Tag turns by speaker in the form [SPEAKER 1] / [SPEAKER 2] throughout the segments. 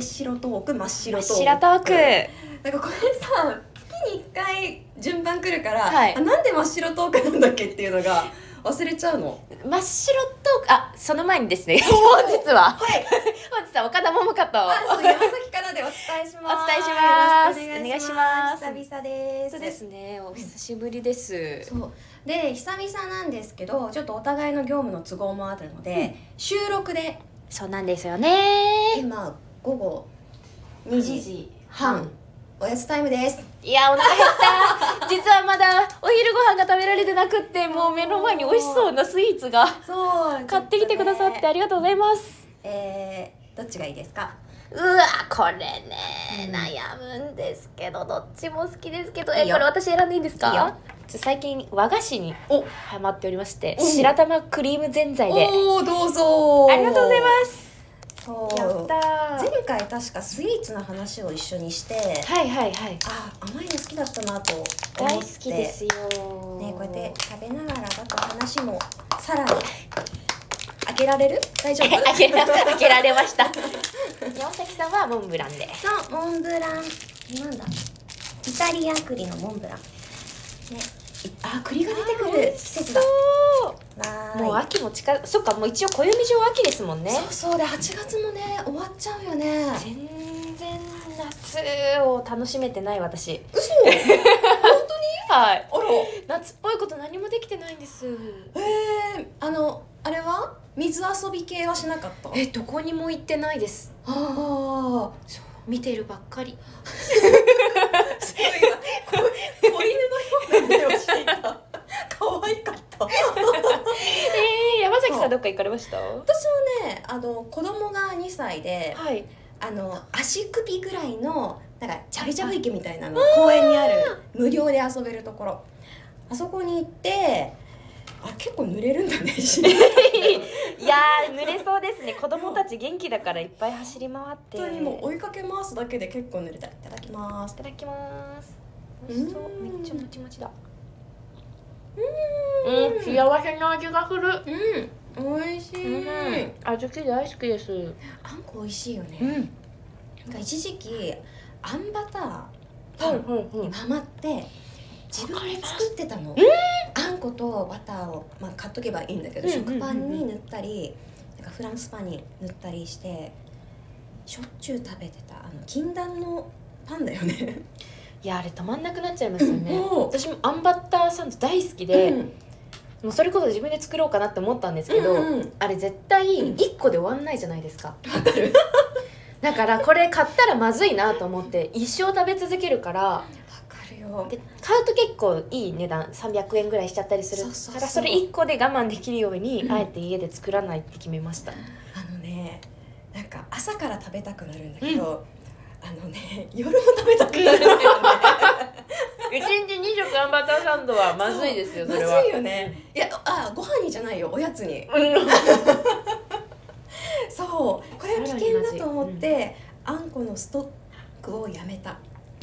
[SPEAKER 1] 白トーク真っ
[SPEAKER 2] 真
[SPEAKER 1] 白トー
[SPEAKER 2] っ
[SPEAKER 1] ク
[SPEAKER 2] 白トーク
[SPEAKER 1] なんかこれさ月に1回順番来るから、
[SPEAKER 2] はい
[SPEAKER 1] あなんで真っ白トークなんだっけっていうのが忘れちゃうの
[SPEAKER 2] 真っ白トークあその前にですね 本日は本
[SPEAKER 1] はい
[SPEAKER 2] 日は岡田桃香と
[SPEAKER 1] あそう山崎からでお伝えします
[SPEAKER 2] お伝えします
[SPEAKER 1] よろく
[SPEAKER 2] お願いします
[SPEAKER 1] 久々です
[SPEAKER 2] そうですねお久しぶりです
[SPEAKER 1] そうで久々なんですけどちょっとお互いの業務の都合もあるので、
[SPEAKER 2] うん
[SPEAKER 1] 収録で
[SPEAKER 2] そうなんですよね
[SPEAKER 1] 今午後2時半、
[SPEAKER 2] うん
[SPEAKER 1] おやつタイムです
[SPEAKER 2] いやお腹減った実はまだお昼ご飯が食べられてなくってもう目の前に美味しそうなスイーツが
[SPEAKER 1] そう
[SPEAKER 2] 買ってきてくださってありがとうございます
[SPEAKER 1] えー、どっちがいいですか
[SPEAKER 2] うわこれね悩むんですけどどっちも好きですけどえ
[SPEAKER 1] いいよ
[SPEAKER 2] これ私選んでいいんです
[SPEAKER 1] いいよ
[SPEAKER 2] かちょ最近和菓子に
[SPEAKER 1] お
[SPEAKER 2] ハマっておりまして
[SPEAKER 1] うん
[SPEAKER 2] 白玉クリームぜんざいで
[SPEAKER 1] おおどうぞ
[SPEAKER 2] ありがとうございます
[SPEAKER 1] すそう
[SPEAKER 2] やったー
[SPEAKER 1] 前回確かスイーツの話を一緒にして
[SPEAKER 2] はいはいはい
[SPEAKER 1] あ甘いの好きだったなと思って
[SPEAKER 2] 大好きですよ
[SPEAKER 1] ねこうやって食べながらだと話もさらに開けられる大丈夫
[SPEAKER 2] 開けら開けられました山崎さんはモンブランで
[SPEAKER 1] そうモンブランなんだイタリア栗のモンブランねいあ栗が出てくる季節だ
[SPEAKER 2] そう
[SPEAKER 1] わーい
[SPEAKER 2] もう秋も近そっかもう一応暦上秋ですもんね
[SPEAKER 1] そうそうで8月もね終わっちゃうよね
[SPEAKER 2] 全然夏を楽しめてない私
[SPEAKER 1] 嘘
[SPEAKER 2] はい
[SPEAKER 1] あら
[SPEAKER 2] 夏っぽいこと何もできてないんです
[SPEAKER 1] えー、あのあれは水遊び系はしなかった
[SPEAKER 2] えどこにも行ってないです
[SPEAKER 1] ああ
[SPEAKER 2] そう見てるばっかり
[SPEAKER 1] すごいな子子犬のような目をしていた可愛かった
[SPEAKER 2] えー、山崎
[SPEAKER 1] そ
[SPEAKER 2] さ
[SPEAKER 1] うん
[SPEAKER 2] どっか行かれましたは
[SPEAKER 1] 私はねあの子供が2歳で
[SPEAKER 2] い
[SPEAKER 1] あの足首ぐらいのなんかチャビチャビ池みたいなの公園にある無料で遊べるところあそこに行ってあ結構濡れるん だねし
[SPEAKER 2] いやー濡れそうですね子供たち元気だからいっぱい走り回って
[SPEAKER 1] 本当にもう
[SPEAKER 2] い
[SPEAKER 1] 追いかけ回すだけで結構濡れたいただきます
[SPEAKER 2] ただきます美味しそう
[SPEAKER 1] うん
[SPEAKER 2] めっちゃもちもちだ
[SPEAKER 1] う
[SPEAKER 2] うん幸せな味がする
[SPEAKER 1] うん美味し
[SPEAKER 2] う
[SPEAKER 1] い、
[SPEAKER 2] ん小豆大好きですう
[SPEAKER 1] あんこ美味しいよね、
[SPEAKER 2] んはい
[SPEAKER 1] なんか一時期あんバターパ
[SPEAKER 2] はい
[SPEAKER 1] ン
[SPEAKER 2] は
[SPEAKER 1] に
[SPEAKER 2] い
[SPEAKER 1] ハマって自分で作ってたのあんことバターを、まあ、買っとけばいいんだけど、
[SPEAKER 2] うんうんうんうん
[SPEAKER 1] 食パンに塗ったりなんかフランスパンに塗ったりしてしょっちゅう食べてたあの禁断のパンだよね。
[SPEAKER 2] いやあれ止まんなくなっちゃいますよね
[SPEAKER 1] うん
[SPEAKER 2] 私もあんバターサンド大好きで、
[SPEAKER 1] うん
[SPEAKER 2] もうそれこそ自分で作ろうかなって思ったんですけど、
[SPEAKER 1] うんうん
[SPEAKER 2] あれ絶対
[SPEAKER 1] うん
[SPEAKER 2] 1個で終わんないじゃないですか、 だからこれ買ったらまずいなと思って一生食べ続けるから
[SPEAKER 1] わかるよ
[SPEAKER 2] で買うと結構いい値段300円ぐらいしちゃったりする
[SPEAKER 1] そうそうそう
[SPEAKER 2] からそれ1個で我慢できるように、
[SPEAKER 1] うん
[SPEAKER 2] あえて家で作らないって決めました
[SPEAKER 1] あのねなんか朝から食べたくなるんだけど、あのね夜も食べたくなるんだよね。
[SPEAKER 2] 1日2食あんバターサンドはまずいですよそれは
[SPEAKER 1] まずいよねいやあご飯にじゃないよおやつにそうこれは危険だと思って、あんこのストックをやめた、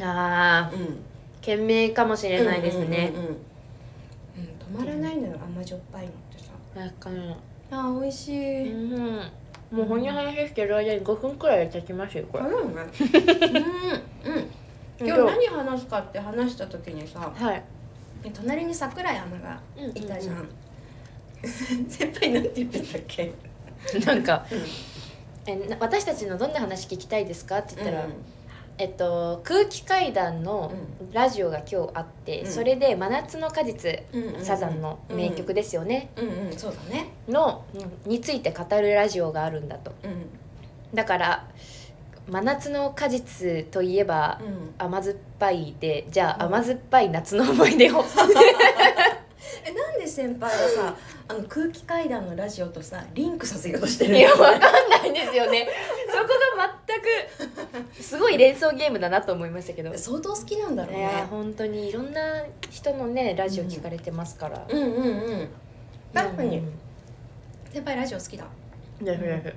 [SPEAKER 2] ああ
[SPEAKER 1] うん、
[SPEAKER 2] 賢明かもしれないですね
[SPEAKER 1] うんうんうんうんうん止まらないのよ甘じょっぱいのってさ
[SPEAKER 2] わかんない
[SPEAKER 1] あ美味し
[SPEAKER 2] う
[SPEAKER 1] い、
[SPEAKER 2] んもうほにゃほにゃですけど間に5分くらい経ちますよこれ
[SPEAKER 1] あるよねうんうん今日何話すかって話した時にさ
[SPEAKER 2] はい
[SPEAKER 1] 隣に桜井アナがいたじゃん、
[SPEAKER 2] う
[SPEAKER 1] 先輩なんて言ってたっけ、
[SPEAKER 2] なんか
[SPEAKER 1] うん
[SPEAKER 2] えな私たちのどんな話聞きたいですか?」って言ったら、
[SPEAKER 1] うん
[SPEAKER 2] えっと、空気階段のラジオが今日あって、
[SPEAKER 1] うん
[SPEAKER 2] それで「真夏の果実」
[SPEAKER 1] うんうん
[SPEAKER 2] サザンの名曲ですよね、
[SPEAKER 1] うんうんそうだね
[SPEAKER 2] の、について語るラジオがあるんだと
[SPEAKER 1] うん
[SPEAKER 2] だから「真夏の果実」といえば
[SPEAKER 1] うん
[SPEAKER 2] 甘酸っぱいでじゃあ
[SPEAKER 1] うん
[SPEAKER 2] 甘酸っぱい夏の思い 出を
[SPEAKER 1] えなんで先輩はさあの空気階段のラジオとさリンクさせようとしてる
[SPEAKER 2] いやわかんないんですよねそこが全くすごい連想ゲームだなと思いましたけど
[SPEAKER 1] 相当好きなんだろう
[SPEAKER 2] いや
[SPEAKER 1] ね
[SPEAKER 2] 本当にいろんな人のねラジオ聞かれてますから、
[SPEAKER 1] うんうんうん確かに
[SPEAKER 2] うん
[SPEAKER 1] 先輩ラジオ好きだ
[SPEAKER 2] ですです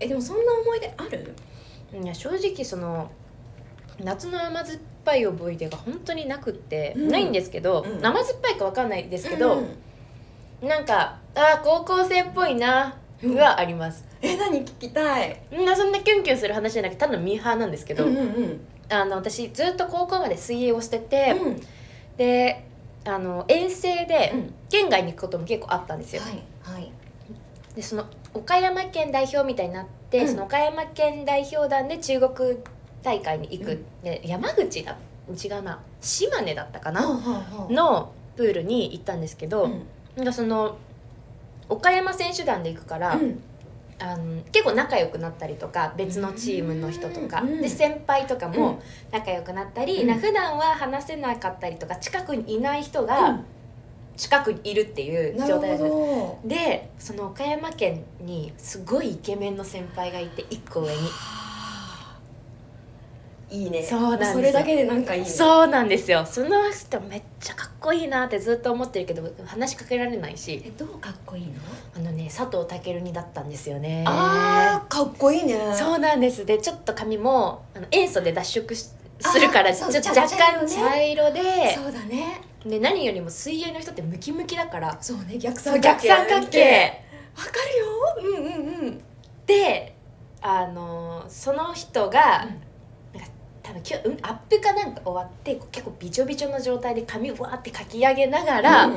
[SPEAKER 1] えでもそんな思い出ある
[SPEAKER 2] いや正直その夏の甘酸っぱい思い出が本当になくって、
[SPEAKER 1] うん
[SPEAKER 2] ないんですけど、
[SPEAKER 1] うん
[SPEAKER 2] 生酸っぱいかわかんないですけ
[SPEAKER 1] う
[SPEAKER 2] ど
[SPEAKER 1] ん、
[SPEAKER 2] なんかあー高校生っぽいながあります、
[SPEAKER 1] え何聞きたい
[SPEAKER 2] みんなそんなキュンキュンする話じゃなくてただのミーハーなんですけど、
[SPEAKER 1] うんうん
[SPEAKER 2] あの私ずっと高校まで水泳をしてて、
[SPEAKER 1] うんうん
[SPEAKER 2] であの遠征で県外に行くことも結構あったんですよ、
[SPEAKER 1] はいはい
[SPEAKER 2] でその岡山県代表みたいになって、
[SPEAKER 1] うん
[SPEAKER 2] その岡山県代表団で中国大会に行く、
[SPEAKER 1] うん
[SPEAKER 2] で山口だ違うな島根だったか
[SPEAKER 1] は
[SPEAKER 2] な、
[SPEAKER 1] は
[SPEAKER 2] のプールに行ったんですけど、
[SPEAKER 1] うん
[SPEAKER 2] なんかその岡山選手団で行くから、
[SPEAKER 1] うん
[SPEAKER 2] あの結構仲良くなったりとか別のチームの人とか、
[SPEAKER 1] うん
[SPEAKER 2] で先輩とか
[SPEAKER 1] う
[SPEAKER 2] も
[SPEAKER 1] ん
[SPEAKER 2] 仲良くなったり、
[SPEAKER 1] うん
[SPEAKER 2] な普段は話せなかったりとか近くにいない人が近くにいるっていう
[SPEAKER 1] な
[SPEAKER 2] 状
[SPEAKER 1] る
[SPEAKER 2] 態だったんですよ
[SPEAKER 1] ほ
[SPEAKER 2] でその岡山県にすごいイケメンの先輩がいて一個上に
[SPEAKER 1] どいいね
[SPEAKER 2] そうなんですよ
[SPEAKER 1] それだけでなんかいいねう
[SPEAKER 2] そうなんですよその人めっちゃかっこいいなってずっと思ってるけど話しかけられないし
[SPEAKER 1] えどうかっこいいの
[SPEAKER 2] あのね佐藤健にだったんですよね
[SPEAKER 1] あーかっこいいね
[SPEAKER 2] そうなんですでちょっと髪もあの塩素で脱色し
[SPEAKER 1] あー
[SPEAKER 2] するからち
[SPEAKER 1] そ
[SPEAKER 2] ょ
[SPEAKER 1] う
[SPEAKER 2] っと
[SPEAKER 1] 茶茶
[SPEAKER 2] 若
[SPEAKER 1] 色
[SPEAKER 2] 干
[SPEAKER 1] ね
[SPEAKER 2] 茶色で
[SPEAKER 1] そうだね
[SPEAKER 2] で何よりも水泳の人ってムキムキだから
[SPEAKER 1] そうね逆
[SPEAKER 2] そう
[SPEAKER 1] 三角
[SPEAKER 2] 逆
[SPEAKER 1] 形
[SPEAKER 2] 三角形
[SPEAKER 1] わかるようんうんうん
[SPEAKER 2] であのその人が、
[SPEAKER 1] うん
[SPEAKER 2] なんか多分今日、うん、アップかなんか終わってこう結構びちょびちょの状態で髪をわーってかき上げながら、
[SPEAKER 1] うん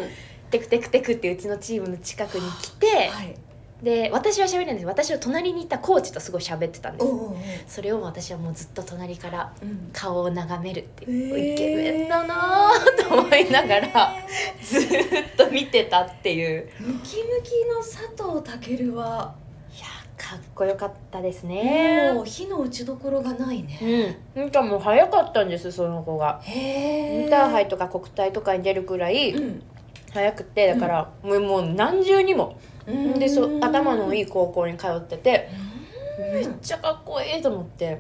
[SPEAKER 2] テクテクテクってうちのチームの近くに来て
[SPEAKER 1] はい
[SPEAKER 2] で私は喋れないんです私の隣にいたコーチとすごい喋ってたんで
[SPEAKER 1] おう
[SPEAKER 2] す
[SPEAKER 1] おうおう
[SPEAKER 2] それを私はもうずっと隣から
[SPEAKER 1] うん
[SPEAKER 2] 顔を眺めるっていう、
[SPEAKER 1] へー
[SPEAKER 2] イケメンだなーと思いながらずーっと見てたっていう
[SPEAKER 1] ムキムキの佐藤健はい
[SPEAKER 2] やーかっこよかったですね
[SPEAKER 1] もう火の打ちどころがないね
[SPEAKER 2] うんなんかもう早かったんですその子が
[SPEAKER 1] へえ
[SPEAKER 2] インターハイとか国体とかに出るくらい早くて
[SPEAKER 1] う
[SPEAKER 2] だ
[SPEAKER 1] ん
[SPEAKER 2] から、もうもう何重にも
[SPEAKER 1] うん
[SPEAKER 2] でそう
[SPEAKER 1] うん
[SPEAKER 2] 頭のいい高校に通っててめっ
[SPEAKER 1] う
[SPEAKER 2] ちゃかっこいいと思って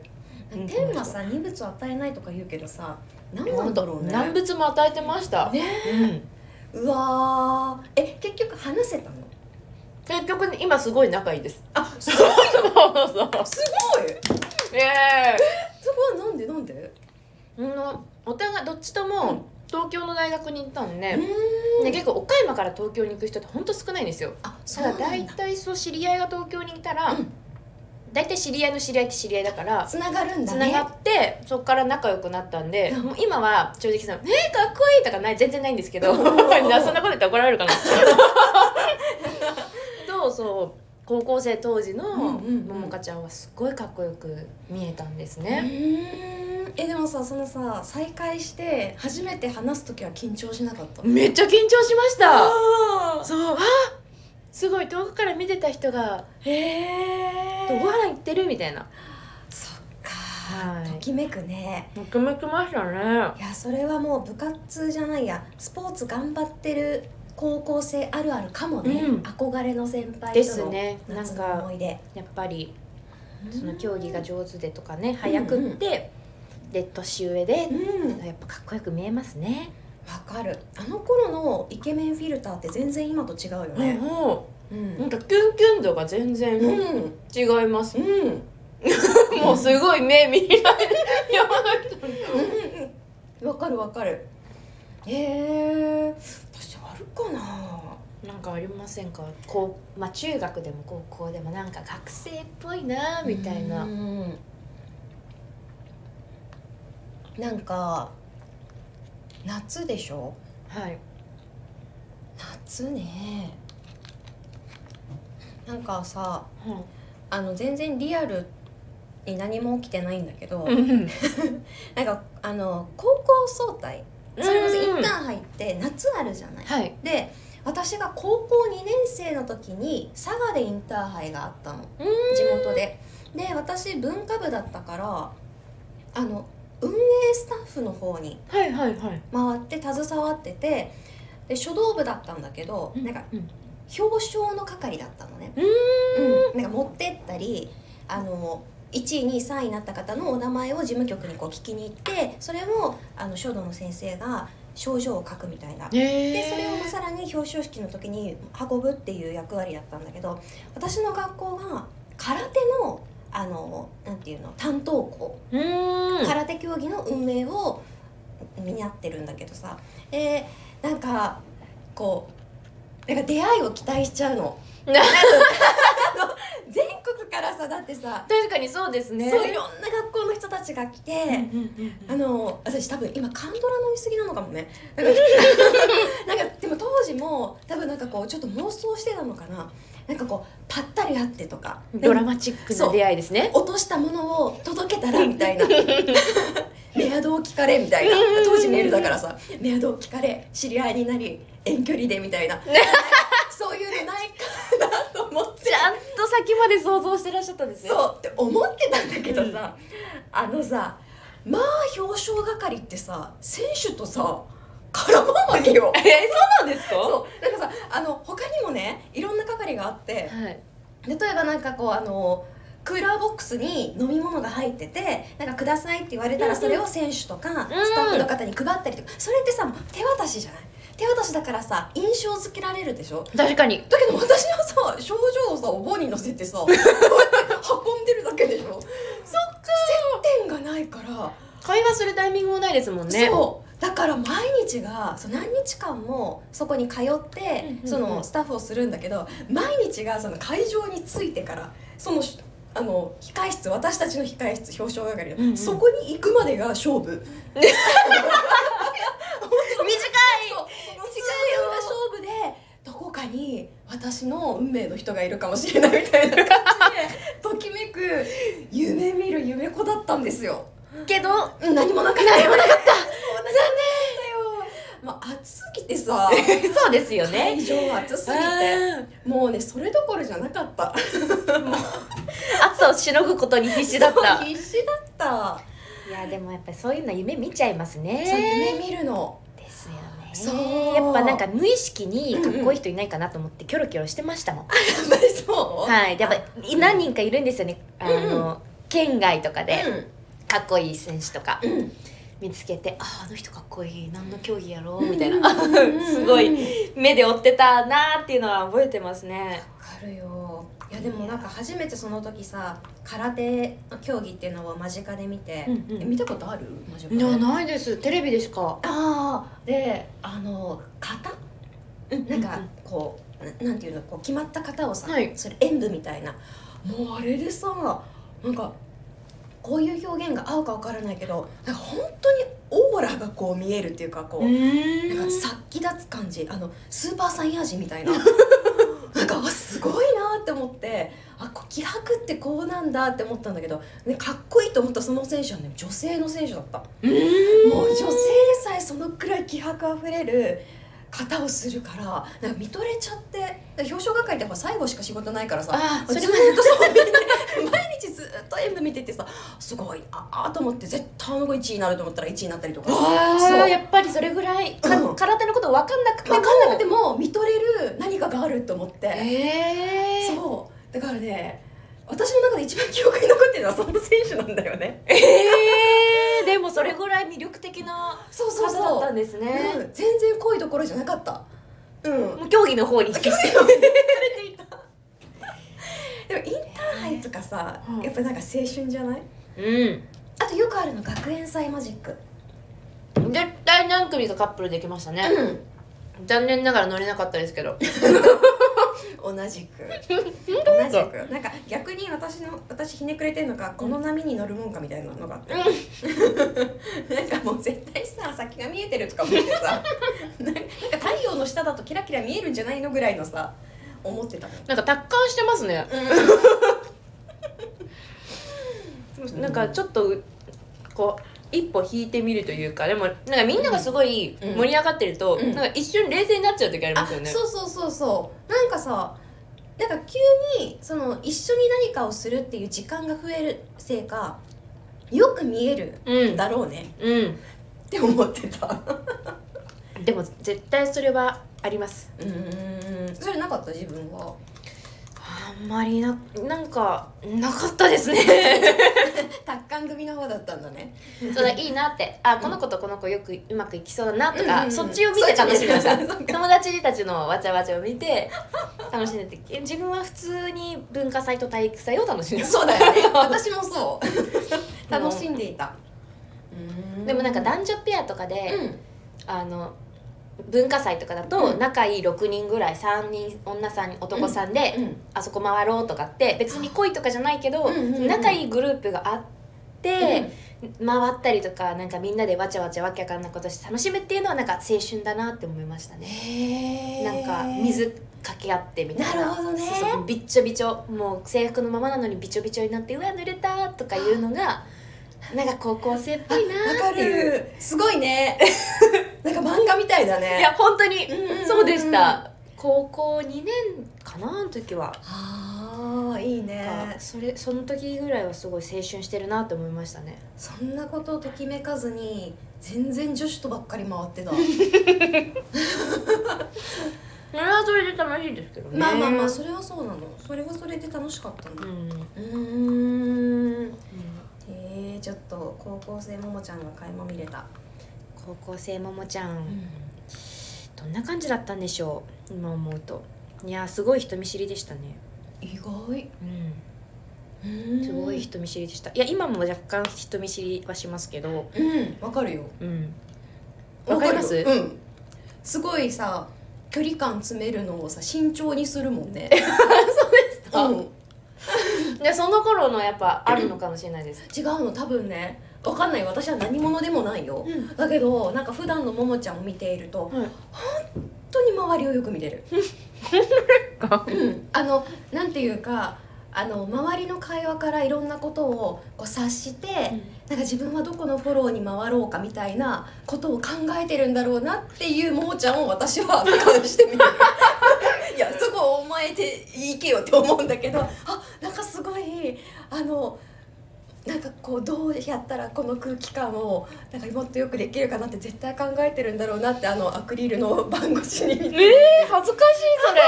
[SPEAKER 1] ん天はさ二物与えないとか言うけどさ何なんだろうね
[SPEAKER 2] 何物も与えてました、
[SPEAKER 1] ね
[SPEAKER 2] うん、
[SPEAKER 1] うわーえ結局話せたの
[SPEAKER 2] 結局ね今すごい仲いいです
[SPEAKER 1] あす
[SPEAKER 2] そうそうそう
[SPEAKER 1] すごい
[SPEAKER 2] ええ
[SPEAKER 1] すごいなんでなんで
[SPEAKER 2] うんお互いどっちとも東京の大学に行ったんで、
[SPEAKER 1] う
[SPEAKER 2] で結構岡山から東京に行く人ってほんと少ないんですよ
[SPEAKER 1] あそ
[SPEAKER 2] た
[SPEAKER 1] うな
[SPEAKER 2] だ
[SPEAKER 1] んだ
[SPEAKER 2] 大体そう知り合いが東京にいたら、
[SPEAKER 1] うん
[SPEAKER 2] 大体知り合いの知り合いって知り合いだから
[SPEAKER 1] つながるんだ
[SPEAKER 2] つ
[SPEAKER 1] ね
[SPEAKER 2] ながってそこから仲良くなったんで
[SPEAKER 1] うん
[SPEAKER 2] もう今は正直さ「えー、かっこいい」とかない全然ないんですけど
[SPEAKER 1] うん
[SPEAKER 2] そんなこと言って怒られる かなとそう高校生当時の
[SPEAKER 1] うんうんうん
[SPEAKER 2] ももかちゃんはすごいかっこよく見えたんです
[SPEAKER 1] う
[SPEAKER 2] ね、
[SPEAKER 1] ーんえでもさそのさ再会して初めて話す時は緊張しなかった
[SPEAKER 2] めっちゃ緊張しました
[SPEAKER 1] あー
[SPEAKER 2] そうあすごい遠くから見てた人が
[SPEAKER 1] へえ
[SPEAKER 2] ご飯行ってるみたいな
[SPEAKER 1] そっか、
[SPEAKER 2] はい
[SPEAKER 1] ときめくね
[SPEAKER 2] めくめくましたね
[SPEAKER 1] いやそれはもう部活じゃないやスポーツ頑張ってる高校生あるあるかもね、
[SPEAKER 2] うん
[SPEAKER 1] 憧れの先輩
[SPEAKER 2] で
[SPEAKER 1] と
[SPEAKER 2] す
[SPEAKER 1] の
[SPEAKER 2] ねなん
[SPEAKER 1] 夏の
[SPEAKER 2] か
[SPEAKER 1] 思い出
[SPEAKER 2] やっぱりその競技が上手でとかね早くって、で年上で
[SPEAKER 1] う、んわ
[SPEAKER 2] やっぱかっこよく見えますね
[SPEAKER 1] かるあの頃のイケメンフィルターって全然今と違うよね
[SPEAKER 2] も
[SPEAKER 1] う
[SPEAKER 2] うなんんかキュンキュン度が全然
[SPEAKER 1] うん
[SPEAKER 2] 違います、
[SPEAKER 1] うんうん
[SPEAKER 2] もうすごい目見られる山の人
[SPEAKER 1] うんわかるわかるへえ私あるかな
[SPEAKER 2] なんかありませんかこう、まあ、中学でも高校でもなんか学生っぽいなみたいな、
[SPEAKER 1] うんなんか夏でしょ
[SPEAKER 2] はい
[SPEAKER 1] 夏ねなんかさあの全然リアルに何も起きてないんだけど、
[SPEAKER 2] うん
[SPEAKER 1] なんかあの高校総体それこそインターハイって夏あるじゃない、
[SPEAKER 2] はい
[SPEAKER 1] で私が高校2年生の時に佐賀でインターハイがあったの
[SPEAKER 2] う
[SPEAKER 1] 地
[SPEAKER 2] ん
[SPEAKER 1] 元でで私文化部だったからあの運営スタッフの方に
[SPEAKER 2] はいはいはい
[SPEAKER 1] 回って携わっててで書道部だったんだけどなんか
[SPEAKER 2] うん
[SPEAKER 1] 表彰の係だったのね
[SPEAKER 2] う
[SPEAKER 1] うんなんか持ってったりあの1位2位3位になった方のお名前を事務局にこう聞きに行ってそれをあの書道の先生が症状を書くみたいなでそれをさらに表彰式の時に運ぶっていう役割だったんだけど私の学校が空手のあのなんていうの担当校、
[SPEAKER 2] うん
[SPEAKER 1] 空手競技の運営を担ってるんだけどさえーなん かこうなんか出会いを期待しちゃうの。
[SPEAKER 2] な
[SPEAKER 1] なんか届くからさだってさ、
[SPEAKER 2] 確かにそうですね
[SPEAKER 1] そういろんな学校の人たちが来て、あの私多分今カンドラ飲みすぎなのかもねなん か なんかでも当時も多分なんかこうちょっと妄想してたのかななんかこうパッタリ会ってとか
[SPEAKER 2] ドラマチックな出会いですね
[SPEAKER 1] 落としたものを届けたらみたい なメアドを聞かれみたいな当時メールだからさメアドを聞かれ知り合いになり遠距離でみたい なそういうのないかなと思って
[SPEAKER 2] ちゃんと先まで想像してらっしゃったんですね
[SPEAKER 1] そうって思ってたんだけどさ、あのさまあ表彰係ってさ選手とさ絡まんわけ よ
[SPEAKER 2] えそうなんですか
[SPEAKER 1] そうなんかさあの他にもねいろんな係があって
[SPEAKER 2] はい
[SPEAKER 1] 例えばなんかこうあのクーラーボックスに飲み物が入ってて「なんかください」って言われた
[SPEAKER 2] うんう
[SPEAKER 1] ら
[SPEAKER 2] ん
[SPEAKER 1] それを選手とかスタッフの方に配ったりとかそれってさ手渡しじゃない手渡しだからさ印象付けられるでしょ
[SPEAKER 2] 確かに
[SPEAKER 1] だけど私はさ症状をさお盆に乗せてさこうやって運んでるだけでしょ そっか接点がないから、
[SPEAKER 2] 会話するタイミングもないですもんね
[SPEAKER 1] そうだから毎日がそう何日間もそこに通って、
[SPEAKER 2] うんうんうん
[SPEAKER 1] そのスタッフをするんだけど毎日がその会場に着いてからそのあの控室私たちの控室表彰係の、
[SPEAKER 2] うんうん
[SPEAKER 1] そこに行くまでが 勝負。そうその時間が勝負でどこかに私の運命の人がいるかもしれないみたいな感じでときめく夢見る夢子だったんですよ
[SPEAKER 2] けど
[SPEAKER 1] うん何もなかった何もなかったそうだ残念まあ暑すぎて さ
[SPEAKER 2] そうですよね
[SPEAKER 1] 会場暑すぎて
[SPEAKER 2] 暑
[SPEAKER 1] もうねそれどころじゃなかった
[SPEAKER 2] さをしのぐことに必死だっ
[SPEAKER 1] そ
[SPEAKER 2] た
[SPEAKER 1] う 必死だった、
[SPEAKER 2] いやでもやっぱりそういうのは夢見ちゃいますね
[SPEAKER 1] そう夢見るの
[SPEAKER 2] ですよね
[SPEAKER 1] そう
[SPEAKER 2] やっぱなんか無意識にかっこいい人いないかなと思ってキョロキョロしてましたもん、
[SPEAKER 1] やっぱりそう
[SPEAKER 2] はいでやっぱり何人かいるんですよねあの、県外とかでかっこいい選手とか
[SPEAKER 1] うん、
[SPEAKER 2] 見つけて「あああの人かっこいい何の競技やろ
[SPEAKER 1] うん
[SPEAKER 2] みたいな すごい目で追ってたなーっていうのは覚えてますね
[SPEAKER 1] わかるよいやでもなんか初めてその時さ空手の競技っていうのを間近で見て、
[SPEAKER 2] うんうん
[SPEAKER 1] え見たことある間近で
[SPEAKER 2] ないですテレビでしか
[SPEAKER 1] あーであの型
[SPEAKER 2] な
[SPEAKER 1] なんかこうななんていうのこう決まった型をさ、
[SPEAKER 2] はい
[SPEAKER 1] それ演舞みたいなもうあれでさなんかこういう表現が合うかわからないけどなんか本当にオーラがこう見えるっていうかこう、
[SPEAKER 2] ん
[SPEAKER 1] なんか殺気立つ感じあのスーパーサイヤ人み たいななんかあすごいなって思ってあこう気迫ってこうなんだって思ったんだけど、ね、かっこいいと思ったその選手はね女性の選手だったもう女性でさえそのくらい気迫あふれる方をするからなんか見とれちゃってだから表彰係ってやっぱ最後しか仕事ないからさ
[SPEAKER 2] あ
[SPEAKER 1] ず
[SPEAKER 2] そ
[SPEAKER 1] ーっ
[SPEAKER 2] れ
[SPEAKER 1] と
[SPEAKER 2] は
[SPEAKER 1] そう見て毎日ずーっと演舞見ててさすごいああーと思って絶対あの子1位になると思ったら1位になったりとか
[SPEAKER 2] あ
[SPEAKER 1] そ
[SPEAKER 2] あ
[SPEAKER 1] う
[SPEAKER 2] やっぱりそれぐらいか
[SPEAKER 1] うん
[SPEAKER 2] 空手のこと分かんなくて
[SPEAKER 1] 分
[SPEAKER 2] も
[SPEAKER 1] かんなくても見とれる何かがあると思って、
[SPEAKER 2] ええ
[SPEAKER 1] そうだからね私の中で一番記憶に残ってるのはその選手なんだよね
[SPEAKER 2] ええでもそれぐらい魅力的な
[SPEAKER 1] そうそう
[SPEAKER 2] 方だ
[SPEAKER 1] そ
[SPEAKER 2] った
[SPEAKER 1] う、
[SPEAKER 2] んです
[SPEAKER 1] う
[SPEAKER 2] ね
[SPEAKER 1] ん、全然濃いところじゃなかったうん
[SPEAKER 2] もう競技の方に引きして
[SPEAKER 1] でもインターハイとかさ、
[SPEAKER 2] うん
[SPEAKER 1] やっぱなんか青春じゃない
[SPEAKER 2] うん
[SPEAKER 1] あとよくあるの学園祭マジック
[SPEAKER 2] 絶対何組かカップルできましたね残念ながら乗れなかったですけど
[SPEAKER 1] 同じく同じくなんか逆に私の私ひねくれてんのかこの波に乗るもんかみたいなのがあって、なんかもう絶対さ先が見えてるとか思って さなんか太陽の下だとキラキラ見えるんじゃないのぐらいのさ思ってたもん
[SPEAKER 2] なんか達観してますねなんかちょっとこう一歩引いてみるというかでもなんかみんながすごい
[SPEAKER 1] うん
[SPEAKER 2] 盛り上がってると、
[SPEAKER 1] うん
[SPEAKER 2] なんか一瞬冷静になっちゃう時ありま
[SPEAKER 1] あ
[SPEAKER 2] すよね。
[SPEAKER 1] そうそうそうそうなんかさなんか急にその一緒に何かをするっていう時間が増えるせいかよく見える
[SPEAKER 2] うん
[SPEAKER 1] んだろうね
[SPEAKER 2] う
[SPEAKER 1] って思ってた
[SPEAKER 2] ん、でも絶対それはあります。
[SPEAKER 1] うんそれなかった自分は
[SPEAKER 2] あんまりななんかなかったですね。
[SPEAKER 1] 達観組の方だったんだね
[SPEAKER 2] そうだいいなってあこの子とこの子よくうまくいきそうだなと
[SPEAKER 1] うんうん
[SPEAKER 2] か、
[SPEAKER 1] うん
[SPEAKER 2] そっちを見て楽しみまし
[SPEAKER 1] そっ
[SPEAKER 2] た。
[SPEAKER 1] ちねそっか
[SPEAKER 2] 友達たちのわちゃわちゃを見て楽しんでて自分は普通に文化祭と体育祭を楽しんでました
[SPEAKER 1] そうだよ ね私もそう 楽しんでいた
[SPEAKER 2] でもなんか
[SPEAKER 1] だ
[SPEAKER 2] 男女ペアとかで、
[SPEAKER 1] うん
[SPEAKER 2] あの文化祭とかだ
[SPEAKER 1] う
[SPEAKER 2] と
[SPEAKER 1] ん
[SPEAKER 2] 仲いい6人ぐらい3人女さん男さんで
[SPEAKER 1] うん
[SPEAKER 2] あそこ回ろうとかって別に恋とかじゃないけど
[SPEAKER 1] うんうんうん
[SPEAKER 2] 仲いいグループがあって回ったりとかなんかみんなでわちゃわちゃわけわかんないことして楽しむっていうのはなんか青春だなって思いましたね。
[SPEAKER 1] へ
[SPEAKER 2] なん
[SPEAKER 1] ー
[SPEAKER 2] か水かけ合ってみたい
[SPEAKER 1] な
[SPEAKER 2] な
[SPEAKER 1] るほどね
[SPEAKER 2] そうそうびっちょびちょもう制服のままなのにびちょびちょになってうわ濡れたとかいうのがなんか高校生っぽいな
[SPEAKER 1] わ
[SPEAKER 2] ー
[SPEAKER 1] か
[SPEAKER 2] っていう。
[SPEAKER 1] るすごいね なんか漫画みたいだね
[SPEAKER 2] いや本当に
[SPEAKER 1] うんうんうん
[SPEAKER 2] そうでした高校2年かなあの時は
[SPEAKER 1] あーいい
[SPEAKER 2] なん
[SPEAKER 1] ね
[SPEAKER 2] かそれその時ぐらいはすごい青春してるなって思いましたね
[SPEAKER 1] そんなことをときめかずに全然女子とばっかり回 ってた
[SPEAKER 2] それはそれで楽しいですけど
[SPEAKER 1] まあまあまあそれはそうなのそれはそれで楽しかった
[SPEAKER 2] う、
[SPEAKER 1] なんうーんえー、ちょっと高校生ももちゃんの買いも見れた、
[SPEAKER 2] 高校生ももちゃん、どんな感じだったんでしょう今思うといやすごい人見知りでしたね
[SPEAKER 1] 意外
[SPEAKER 2] うん
[SPEAKER 1] うん
[SPEAKER 2] すごい人見知りでしたいや今も若干人見知りはしますけど
[SPEAKER 1] うんわかるよ
[SPEAKER 2] うんわかります
[SPEAKER 1] わるうんすごいさ距離感詰めるのをさ慎重にするもん ね
[SPEAKER 2] か
[SPEAKER 1] うん
[SPEAKER 2] でその頃のやっぱあるのかもしれないです、
[SPEAKER 1] 違うの多分ねわかんない私は何者でもないよ
[SPEAKER 2] うん
[SPEAKER 1] だけどなんか普段のももちゃんを見ていると本当に周りをよく見 てる、うん、あのなんていうかあの周りの会話からいろんなことをこう察して、なんか自分はどこのフォローに回ろうかみたいなことを考えてるんだろうなっていうももちゃんを私は俯瞰してみてる いやそこお前でいけよって思うんだけど あなんかすごいあのなんかこうどうやったらこの空気感をなんかもっとよくできるかなって絶対考えてるんだろうなってあのアクリルの番越しに見て
[SPEAKER 2] ええ恥ずかしいそれ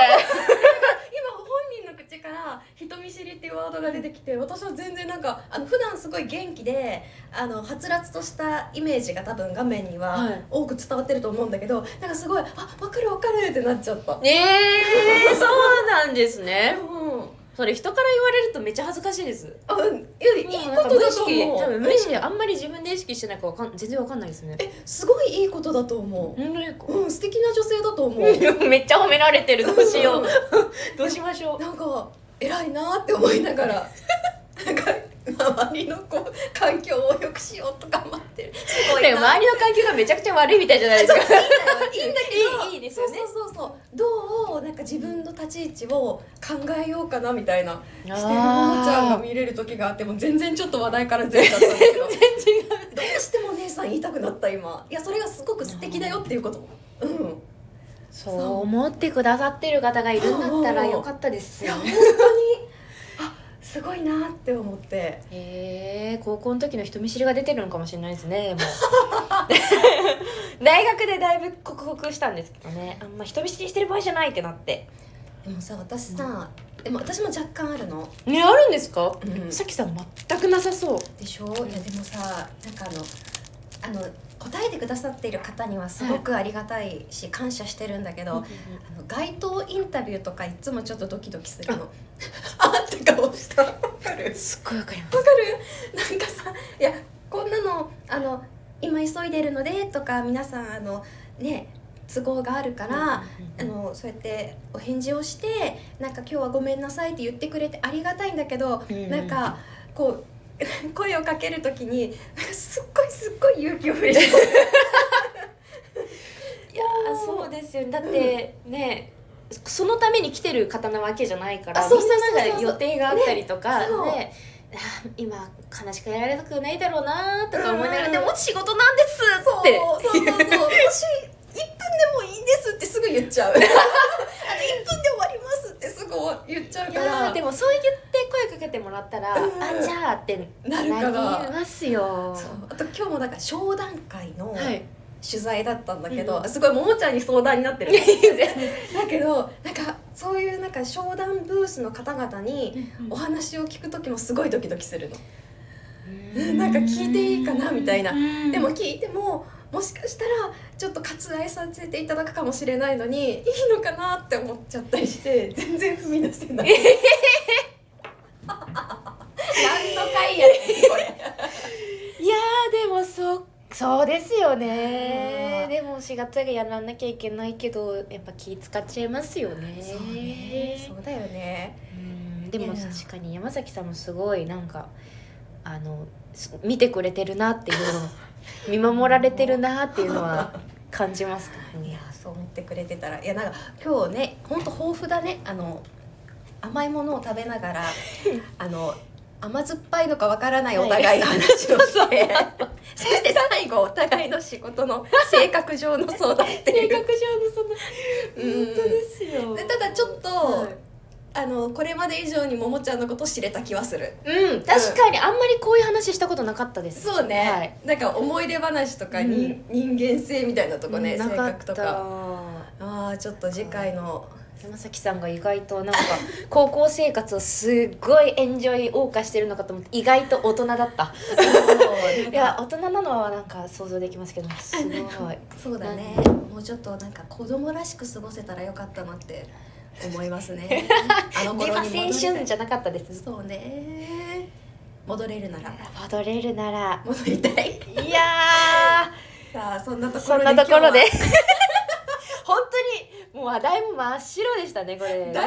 [SPEAKER 1] 今本人の口から人見知りっていうワードが出てきて私は全然なんかあの普段すごい元気であのはつらつとしたイメージが多分画面には
[SPEAKER 2] はい
[SPEAKER 1] 多く伝わってると思うんだけど、なんかすごい「あ分かる分かる」ってなっちゃった。うん
[SPEAKER 2] ええそうなんですね
[SPEAKER 1] うん
[SPEAKER 2] それ人から言われるとめっちゃ恥ずかしいです
[SPEAKER 1] あうん、いやいいことだと思う
[SPEAKER 2] 多分無意識であんまり自分で意識してないかわかん全然わかんないですね
[SPEAKER 1] えすごいいいことだと思
[SPEAKER 2] 本当で
[SPEAKER 1] う、うん、素敵な女性だと思う
[SPEAKER 2] すか めっちゃ褒められてるどうしよ
[SPEAKER 1] ん
[SPEAKER 2] うどうしましょう
[SPEAKER 1] なんか偉いなって思いながら なんか周りのこう環境を良くしようと頑張ってるすごいな
[SPEAKER 2] でも周りの環境がめちゃくちゃ悪いみたいじゃないですか
[SPEAKER 1] いいんだけど
[SPEAKER 2] いいいいですよね
[SPEAKER 1] そうそうそうそうどうなんか自分の立ち位置を考えようかなみたいなしてるももちゃんが見れる時があっても全然ちょっと話題からずれちゃったんだ けどどうしてもお姉さん言いたくなった今いやそれがすごく素敵だよっていうことうん
[SPEAKER 2] そう思ってくださってる方がいるんだったらよかったです
[SPEAKER 1] いや
[SPEAKER 2] よ
[SPEAKER 1] 本当にあすごいなって思って
[SPEAKER 2] へえ高校の時の人見知りが出てるのかもしれないです ねもう大学でだいぶ克服したんですけどねあんま人見知りしてる場合じゃないってなって
[SPEAKER 1] でもさ私さ、でも私も若干あるの、
[SPEAKER 2] ねあるんですか
[SPEAKER 1] うん
[SPEAKER 2] きさん全くなさそう
[SPEAKER 1] でしょいやでもさなんかあのあの答えてくださっている方にはすごくありがたいし、感謝してるんだけど、あの街頭インタビューとかいつもちょっとドキドキするの。あって顔した。わかる
[SPEAKER 2] すっごいわかります
[SPEAKER 1] わかるなんかさいやこんなのあの今急いでるのでとか皆さんあのね都合があるから、あのそうやってお返事をしてなんか今日はごめんなさいって言ってくれてありがたいんだけど、
[SPEAKER 2] うんうん
[SPEAKER 1] なんかこう 声をかけるときになんかすっごいすっごい勇気を振 り絞る
[SPEAKER 2] いやーそうですよねだってねそのために来てる方なわけじゃないから
[SPEAKER 1] あそう
[SPEAKER 2] み
[SPEAKER 1] そ
[SPEAKER 2] ん
[SPEAKER 1] うそう
[SPEAKER 2] な
[SPEAKER 1] そう
[SPEAKER 2] なんか予定があったりとか
[SPEAKER 1] ねそう
[SPEAKER 2] であー今悲しくやられたくないだろうなーとか思いなが
[SPEAKER 1] う
[SPEAKER 2] ら
[SPEAKER 1] ん
[SPEAKER 2] でも仕事なんです
[SPEAKER 1] そう
[SPEAKER 2] って
[SPEAKER 1] そうそうそうもし1分でもいいんですってすぐ言っちゃうあの1分で終わりますってすぐ言っちゃう
[SPEAKER 2] い
[SPEAKER 1] か
[SPEAKER 2] や
[SPEAKER 1] ら
[SPEAKER 2] ーでもそう言って声かけてもらったら、
[SPEAKER 1] うん
[SPEAKER 2] あじゃあって
[SPEAKER 1] なるから
[SPEAKER 2] りますよ
[SPEAKER 1] そうあと今日もなんか商談会の
[SPEAKER 2] はい
[SPEAKER 1] 取材だったんだけど、
[SPEAKER 2] うん
[SPEAKER 1] すごいももちゃんに相談になってる だけどなんかそういうなんか商談ブースの方々にお話を聞く時もすごいドキドキするの、うんなんか聞いていいかなみたいなでも聞いてももしかしたらちょっと割愛させていただくかもしれないのにいいのかなって思っちゃったり して全然踏み出せない何の回やねんこれ
[SPEAKER 2] いやーでもそそうですよね
[SPEAKER 1] うん
[SPEAKER 2] でも思4月がやらなきゃいけないけどやっぱ気使っちゃいますよね
[SPEAKER 1] そうねそうだよね
[SPEAKER 2] うんでも
[SPEAKER 1] いや
[SPEAKER 2] 確かに山崎さんもすごいなんかあのす見てくれてるなっていうの を見守られてるなっていうのは感じます
[SPEAKER 1] いや
[SPEAKER 2] ね。
[SPEAKER 1] そう思ってくれてたらいやなんか今日ねほんと豊富だねあの甘いものを食べな がらあの甘酸っぱいのかわからないお互いの 話をして、そして最後お互いの仕事の性格上の相談って
[SPEAKER 2] 性
[SPEAKER 1] い
[SPEAKER 2] 格上
[SPEAKER 1] う
[SPEAKER 2] のその
[SPEAKER 1] うん
[SPEAKER 2] 本当ですよ。
[SPEAKER 1] でただちょっと、
[SPEAKER 2] はい
[SPEAKER 1] あのこれまで以上にももちゃんのこと知れた気はする
[SPEAKER 2] うん確かにあんまりこういう話したことなかったです。
[SPEAKER 1] そうね、
[SPEAKER 2] はい
[SPEAKER 1] なんか思い出話とかに、人間性みたいなとこね、
[SPEAKER 2] な
[SPEAKER 1] 性
[SPEAKER 2] かった
[SPEAKER 1] 格とかああちょっと次回の
[SPEAKER 2] 山崎さんが意外となんか高校生活をすっごいエンジョイ謳歌してるのかと思って意外と大人だった い
[SPEAKER 1] い
[SPEAKER 2] や大人なのはなんか想像できますけどすごい
[SPEAKER 1] そうだね
[SPEAKER 2] な
[SPEAKER 1] もうちょっとなんか子供らしく過ごせたらよかったなって思います ねあの
[SPEAKER 2] で
[SPEAKER 1] 頃
[SPEAKER 2] は青
[SPEAKER 1] に戻りた
[SPEAKER 2] 春
[SPEAKER 1] い
[SPEAKER 2] じゃなかったです
[SPEAKER 1] そうね戻れるなら
[SPEAKER 2] 戻れるなら
[SPEAKER 1] 戻りた い
[SPEAKER 2] いや
[SPEAKER 1] さあそんなと
[SPEAKER 2] ー
[SPEAKER 1] ころ
[SPEAKER 2] そ
[SPEAKER 1] で
[SPEAKER 2] んなところで
[SPEAKER 1] 今日は
[SPEAKER 2] 本当にもう話題も真っ白でしたねこれ
[SPEAKER 1] だいぶ真っ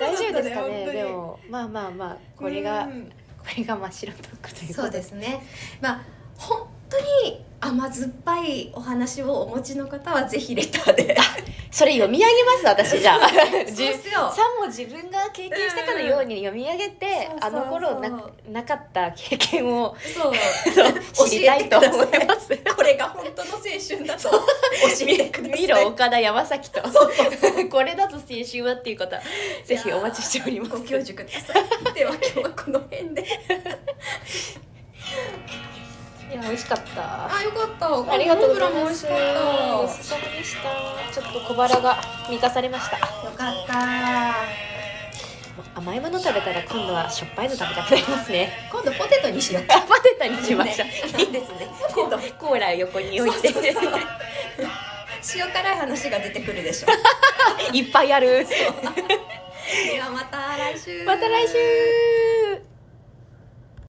[SPEAKER 2] 大
[SPEAKER 1] 白
[SPEAKER 2] 丈夫
[SPEAKER 1] だったね
[SPEAKER 2] ですか
[SPEAKER 1] 本
[SPEAKER 2] ね
[SPEAKER 1] 当に
[SPEAKER 2] でもまあまあまあこれが、
[SPEAKER 1] うん
[SPEAKER 2] これが真っ白トークということ
[SPEAKER 1] そうですねまあ本当に甘酸っぱいお話をお持ちの方はぜひレターで
[SPEAKER 2] それ読み上げます私じゃ
[SPEAKER 1] そ
[SPEAKER 2] あ
[SPEAKER 1] う
[SPEAKER 2] じ
[SPEAKER 1] しよ
[SPEAKER 2] さも自分が経験したかのように読み上げて、
[SPEAKER 1] うん
[SPEAKER 2] あの頃な
[SPEAKER 1] そうそう
[SPEAKER 2] なかった経験 を
[SPEAKER 1] うそう
[SPEAKER 2] 知りたいと思います
[SPEAKER 1] これが本当の青春だと教えてください
[SPEAKER 2] 見ろ岡田山崎と
[SPEAKER 1] そうそう
[SPEAKER 2] これだと青春はっていう方ぜひお待ちしております
[SPEAKER 1] ご教授くださいでは今日はこの辺で
[SPEAKER 2] いや美味しかった
[SPEAKER 1] あ、よかった。
[SPEAKER 2] ありがとうござ
[SPEAKER 1] モンブラ
[SPEAKER 2] い
[SPEAKER 1] ンも美
[SPEAKER 2] ま
[SPEAKER 1] 味
[SPEAKER 2] す
[SPEAKER 1] しかった。
[SPEAKER 2] ごちそうさまでしたちょっと小腹が満たされました
[SPEAKER 1] よかった。
[SPEAKER 2] 甘いもの食べたら今度はしょっぱいの食べたくなりま すね
[SPEAKER 1] 今度ポテトにしようか。
[SPEAKER 2] あパテタにしましょう
[SPEAKER 1] いいですね。
[SPEAKER 2] コ
[SPEAKER 1] 今度。
[SPEAKER 2] ーラを横に置いて
[SPEAKER 1] そうそう そう塩辛い話が出てくるでしょ。
[SPEAKER 2] いっぱいある
[SPEAKER 1] ではまた来週。
[SPEAKER 2] また来週